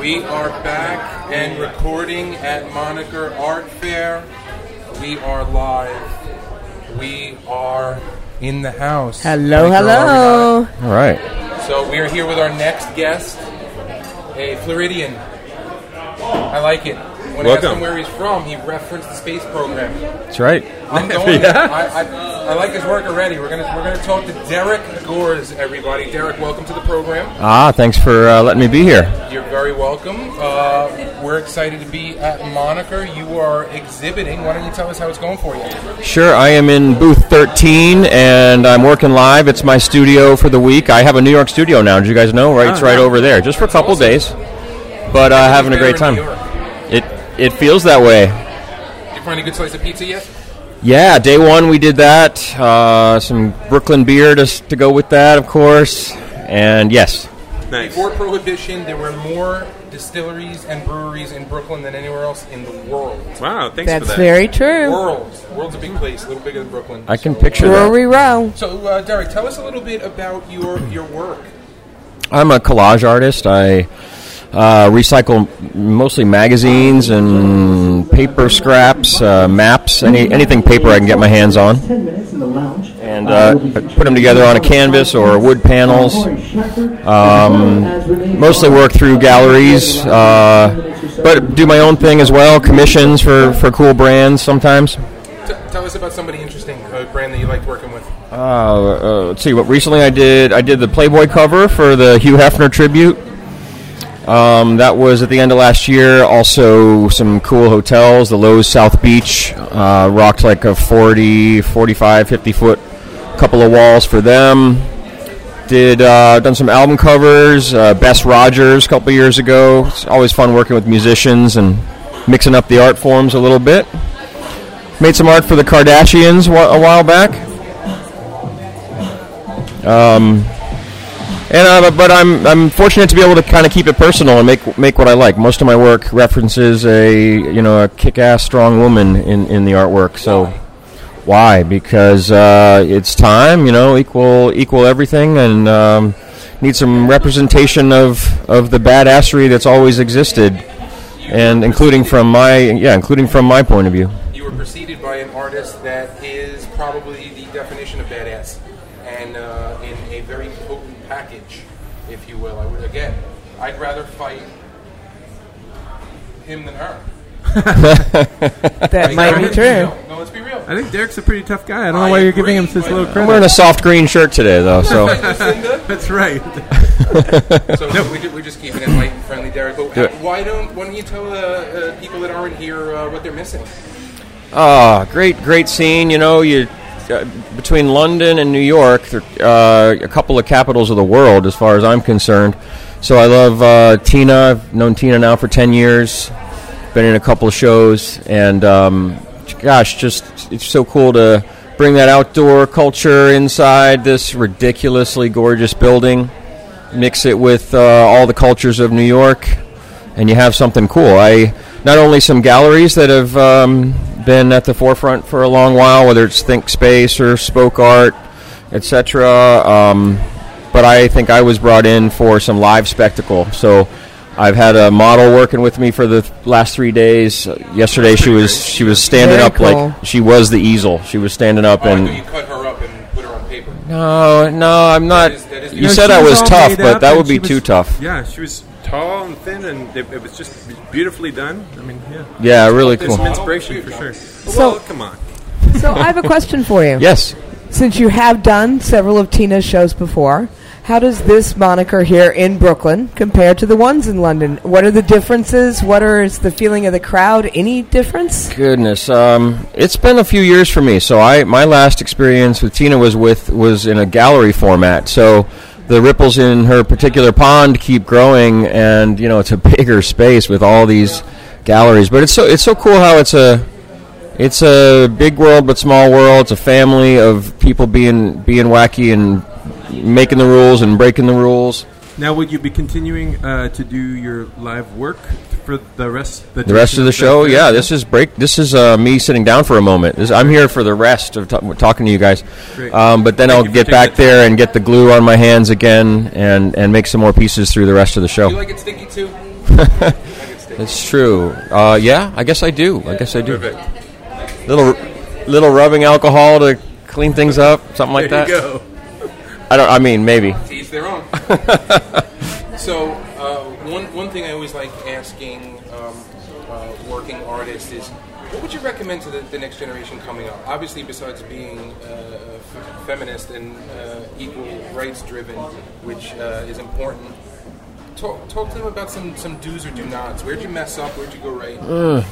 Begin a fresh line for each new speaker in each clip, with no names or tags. We are back and recording at Moniker Art Fair. We are live. We are in the house.
Hello,
Moniker
hello.
Art
All right.
Fair. So we are here with our next guest, a Floridian. I like it. When I asked
Welcome.
him where he's from, he referenced the space program.
That's right.
I'm going.
yeah.
I, I, I like his work already. We're gonna we're gonna talk to Derek Gores, everybody. Derek, welcome to the program.
Ah, thanks for uh, letting me be here.
You're very welcome. Uh, we're excited to be at Moniker. You are exhibiting. Why don't you tell us how it's going for you?
Sure, I am in booth 13 and I'm working live. It's my studio for the week. I have a New York studio now. Did you guys know? Right, it's
Ah,
right over there, just for a couple days. But uh, having a
Better
great
in
time.
New York.
It it feels that way.
You find a good slice of pizza yet?
Yeah, day one we did that. Uh, some Brooklyn beer to s- to go with that, of course. And yes,
Nice.
Before Prohibition, there were more distilleries and breweries in Brooklyn than anywhere else in the world.
Wow, thanks for
That's
that.
very true.
World. World's a big place, a little bigger than Brooklyn.
I can
So,
picture that.
Brewery Row.
So, uh, Derek, tell us a little bit about your your work.
I'm a collage artist. I uh, recycle mostly magazines and paper scraps, uh, maps, any anything paper I can get my hands on,
and
uh, put 'em together on a canvas or wood panels.
Um,
mostly work through galleries, uh, but do my own thing as well. Commissions for, for cool brands sometimes.
T- tell us about somebody interesting, a brand that you liked working with.
Uh, uh, let's see what recently I did. I did the Playboy cover for the Hugh Hefner tribute. Um, that was at the end of last year. Also, some cool hotels. The Lowe's South Beach uh, rocked like a 40, 45, 50 foot couple of walls for them. Did uh, done some album covers. Uh, Bess Rogers a couple years ago. It's always fun working with musicians and mixing up the art forms a little bit. Made some art for the Kardashians wa- a while back. And uh, but, but I'm I'm fortunate to be able to kind of keep it personal and make make what I like. Most of my work references a you know a kick-ass strong woman in, in the artwork. So why? Because uh, it's time, you know, equal equal everything, and um, need some representation of of the badassery that's always existed, and including from my yeah, including from my point of view.
You were preceded by an artist that is probably the definition of badass, and uh, in a very potent package, if you will. I would again, I'd rather fight him than her.
That might be
let's
true.
real. No, let's be real.
I think Derek's a pretty tough guy. I don't know
I
why you're
agree,
giving him such
but-
low
I'm
credit.
wearing a soft green shirt today though, so.
Lucinda.
That's right.
So we ju- we're just keeping it light and friendly, Derek. But
Do it.
why don't why don't you tell uh, uh, people that aren't here uh, what they're missing?
Ah, great, great scene. You know, you uh, between London and New York, they're, uh, a couple of capitals of the world, as far as I'm concerned. So I love uh, Tina. I've known Tina now for ten years. Been in a couple of shows, and um, gosh, just it's so cool to bring that outdoor culture inside this ridiculously gorgeous building. Mix it with uh, all the cultures of New York and you have something cool. I not only some galleries that have um, been at the forefront for a long while, whether it's Think Space or Spoke Art, etc. Um, but I think I was brought in for some live spectacle. So I've had a model working with me for the last three days. Yesterday she was she was standing
Very
up
cool.
like she was the easel. She was standing up
Oh, I
and
thought you cut her up and put her on paper.
no, no, I'm not.
That is- that is-
you
No,
said
she
I was
all
tough,
made
but
up
that
and
would
she
be
was-
too tough.
Yeah, she was tall and thin, and it, it was just beautifully done. I mean, yeah.
Yeah, really
There's
cool.
some inspiration for sure.
So-
well, come on.
So I have a question for you.
Yes.
Since you have done several of Tina's shows before, how does this moniker here in Brooklyn compare to the ones in London? What are the differences? What is the feeling of the crowd? Any difference?
Goodness, um, it's been a few years for me. So I my last experience with Tina was with was in a gallery format. So the ripples in her particular pond keep growing, and you know it's a bigger space with all these galleries. But it's so it's so cool how it's a it's a big world but small world. It's a family of people being being wacky and making the rules and breaking the rules.
Now, will you be continuing uh, to do your live work for the rest? The,
The rest of the show, yeah. This is break. This is uh, me sitting down for a moment. This, I'm here for the rest of t- talking to you guys.
Great.
Um, but then
Thank
I'll
you for
get
taking
back
the
there and get the glue on my hands again and and make some more pieces through the rest of
You
the show.
like it sticky too? I could stay.
That's true. Uh, yeah, I guess I do. I guess I do.
Perfect.
Little, little rubbing alcohol to clean things up, something like
There
that.
you go.
I don't. I mean, maybe.
To each their own. so, uh, one, one thing I always like asking um, uh, working artists is what would you recommend to the, the next generation coming up? Obviously, besides being uh, f- feminist and uh, equal rights driven, which uh, is important. Talk, talk to them about some, some do's or do nots. Where'd you mess up? Where'd you go right?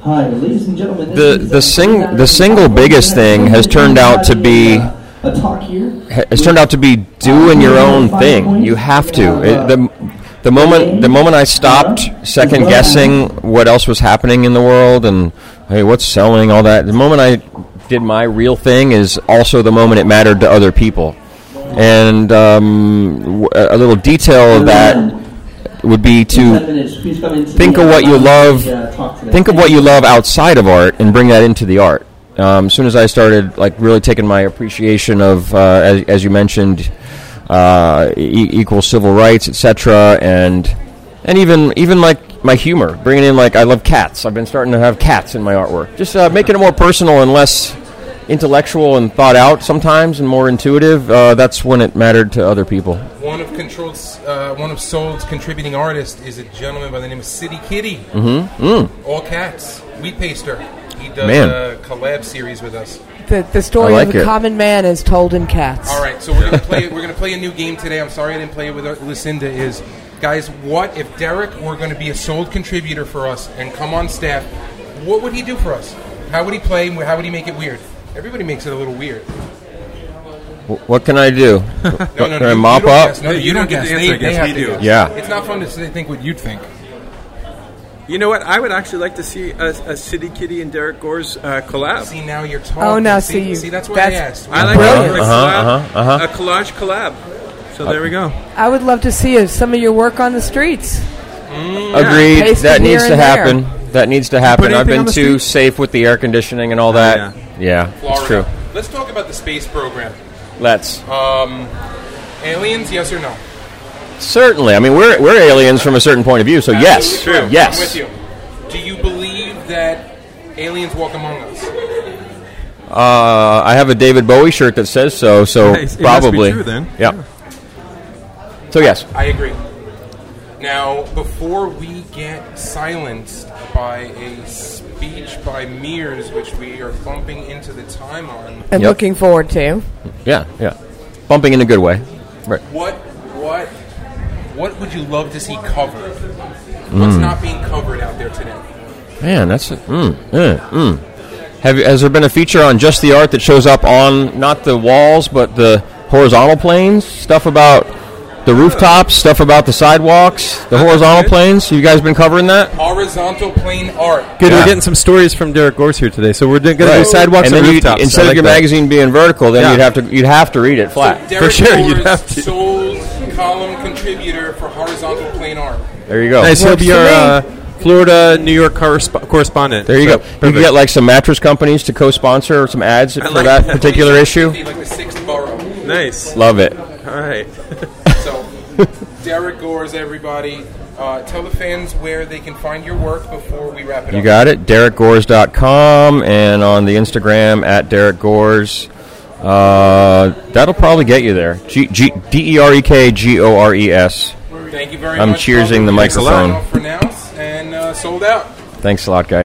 Hi, ladies and gentlemen.
The-
this is,
the
uh,
sing-
Matt
the single
Alexander.
biggest thing has turned out to be-
Uh, a talk here.
Ha- It's turned out to be doing your own thing. You have to. It, the the moment the moment I stopped second guessing what else was happening in the world and hey, what's selling, all that. The moment I did my real thing is also the moment it mattered to other people. And um, w- a a little detail of that would be to think of what you love. Think of what you love outside of art and bring that into the art. Um, as soon as I started, like really taking my appreciation of, uh, as, as you mentioned, uh, e- equal civil rights, etc., and and even even like my humor, bringing in like I love cats. I've been starting to have cats in my artwork, just uh, making it more personal and less intellectual and thought out sometimes, and more intuitive. Uh, that's when it mattered to other people.
One of controlled, uh, one of Soul's contributing artists is a gentleman by the name of City Kitty. All cats. Wheat paster. He does
Mm-hmm. Mm. Man.
a collab series with us.
The, the story
I like
of a
it.
common man is told in cats.
All right, so we're gonna play. We're gonna play a new game today. I'm sorry I didn't play it with uh, Lucinda. Is guys, what if Derek were going to be a sole contributor for us and come on staff? What would he do for us? How would he play? How would he make it weird? Everybody makes it a little weird.
W- what can I do?
No, no,
Can
no.
I
you-
mop
you don't
up?
guess. No,
Yeah,
you, don't guess.
to
They,
answer, I
they
guess.
have
We
to
do.
guess.
Yeah.
It's not fun to say- think what you'd think.
You know what? I would actually like to see a, a City Kitty and Derek Gore's uh, collab.
See now you're talking.
Oh, now
see,
see,
see that's why I
that's-
asked.
I like
Brilliant.
a, collab,
Uh-huh, uh-huh, uh-huh.
a collage collab. So there we go.
I would love to see uh, some of your work on the streets.
Agreed.
Taste
that
it here
needs to
and there.
happen. That needs to happen.
Put
I've
anything
been
on the
too safe with the air conditioning and all that. yeah, it's true.
Florida. Let's talk about the space program.
Let's
Aliens, yes or no?
certainly. I mean, we're we're aliens from a certain point of view, so yes,
Absolutely correct.
yes.
I'm with you. Do you believe that aliens walk among us?
Uh, I have a David Bowie shirt that says so, so
Nice. It must be
probably.
true, then.
Yeah. So yes,
I agree. Now, before we get silenced by a speech by Mears, which we are bumping into the time on,
I'm
Yep.
looking forward to.
yeah, yeah. Bumping in a good way. Right.
what, what, what would you love to see covered? What's
Hmm.
not being covered out there today?
Man, that's a, mm, mm, mm. Have you- has there been a feature on just the art that shows up on not the walls but the horizontal planes? Stuff about the rooftops, stuff about the sidewalks, the horizontal planes. You guys been covering that?
Horizontal plane art.
Good.
Yeah.
We're getting some stories from Derek Gores here today, so we're going to do sidewalks
and
and,
then you-
rooftops.
instead
I
of
like
your
that.
magazine being vertical, then
Yeah.
you'd have to you'd have to read it flat.
Derek
sure, you'd
Moore's
have to.
sole column contributor for horizontal plane art.
There you go.
Nice. He'll
Works
be
for
our
me.
uh, Florida, New York corresp- correspondent.
There you
So,
go. You
perfect.
can get like some mattress companies to co-sponsor some ads for
like
that
that.
particular issue.
Be Like the sixth borough.
Nice.
Love it.
All right.
So, Derek Gores, everybody, uh, tell the fans where they can find your work before we wrap it
You
up.
got it. DerekGores.com and on the Instagram at DerekGores. Uh, that'll probably get you there. G- G- E D-E-R-E-K-G-O-R-E-S.
Thank you very
I'm
much.
cheering the
Thanks a lot
microphone.
For now, and uh, sold out.
Thanks a lot, guys.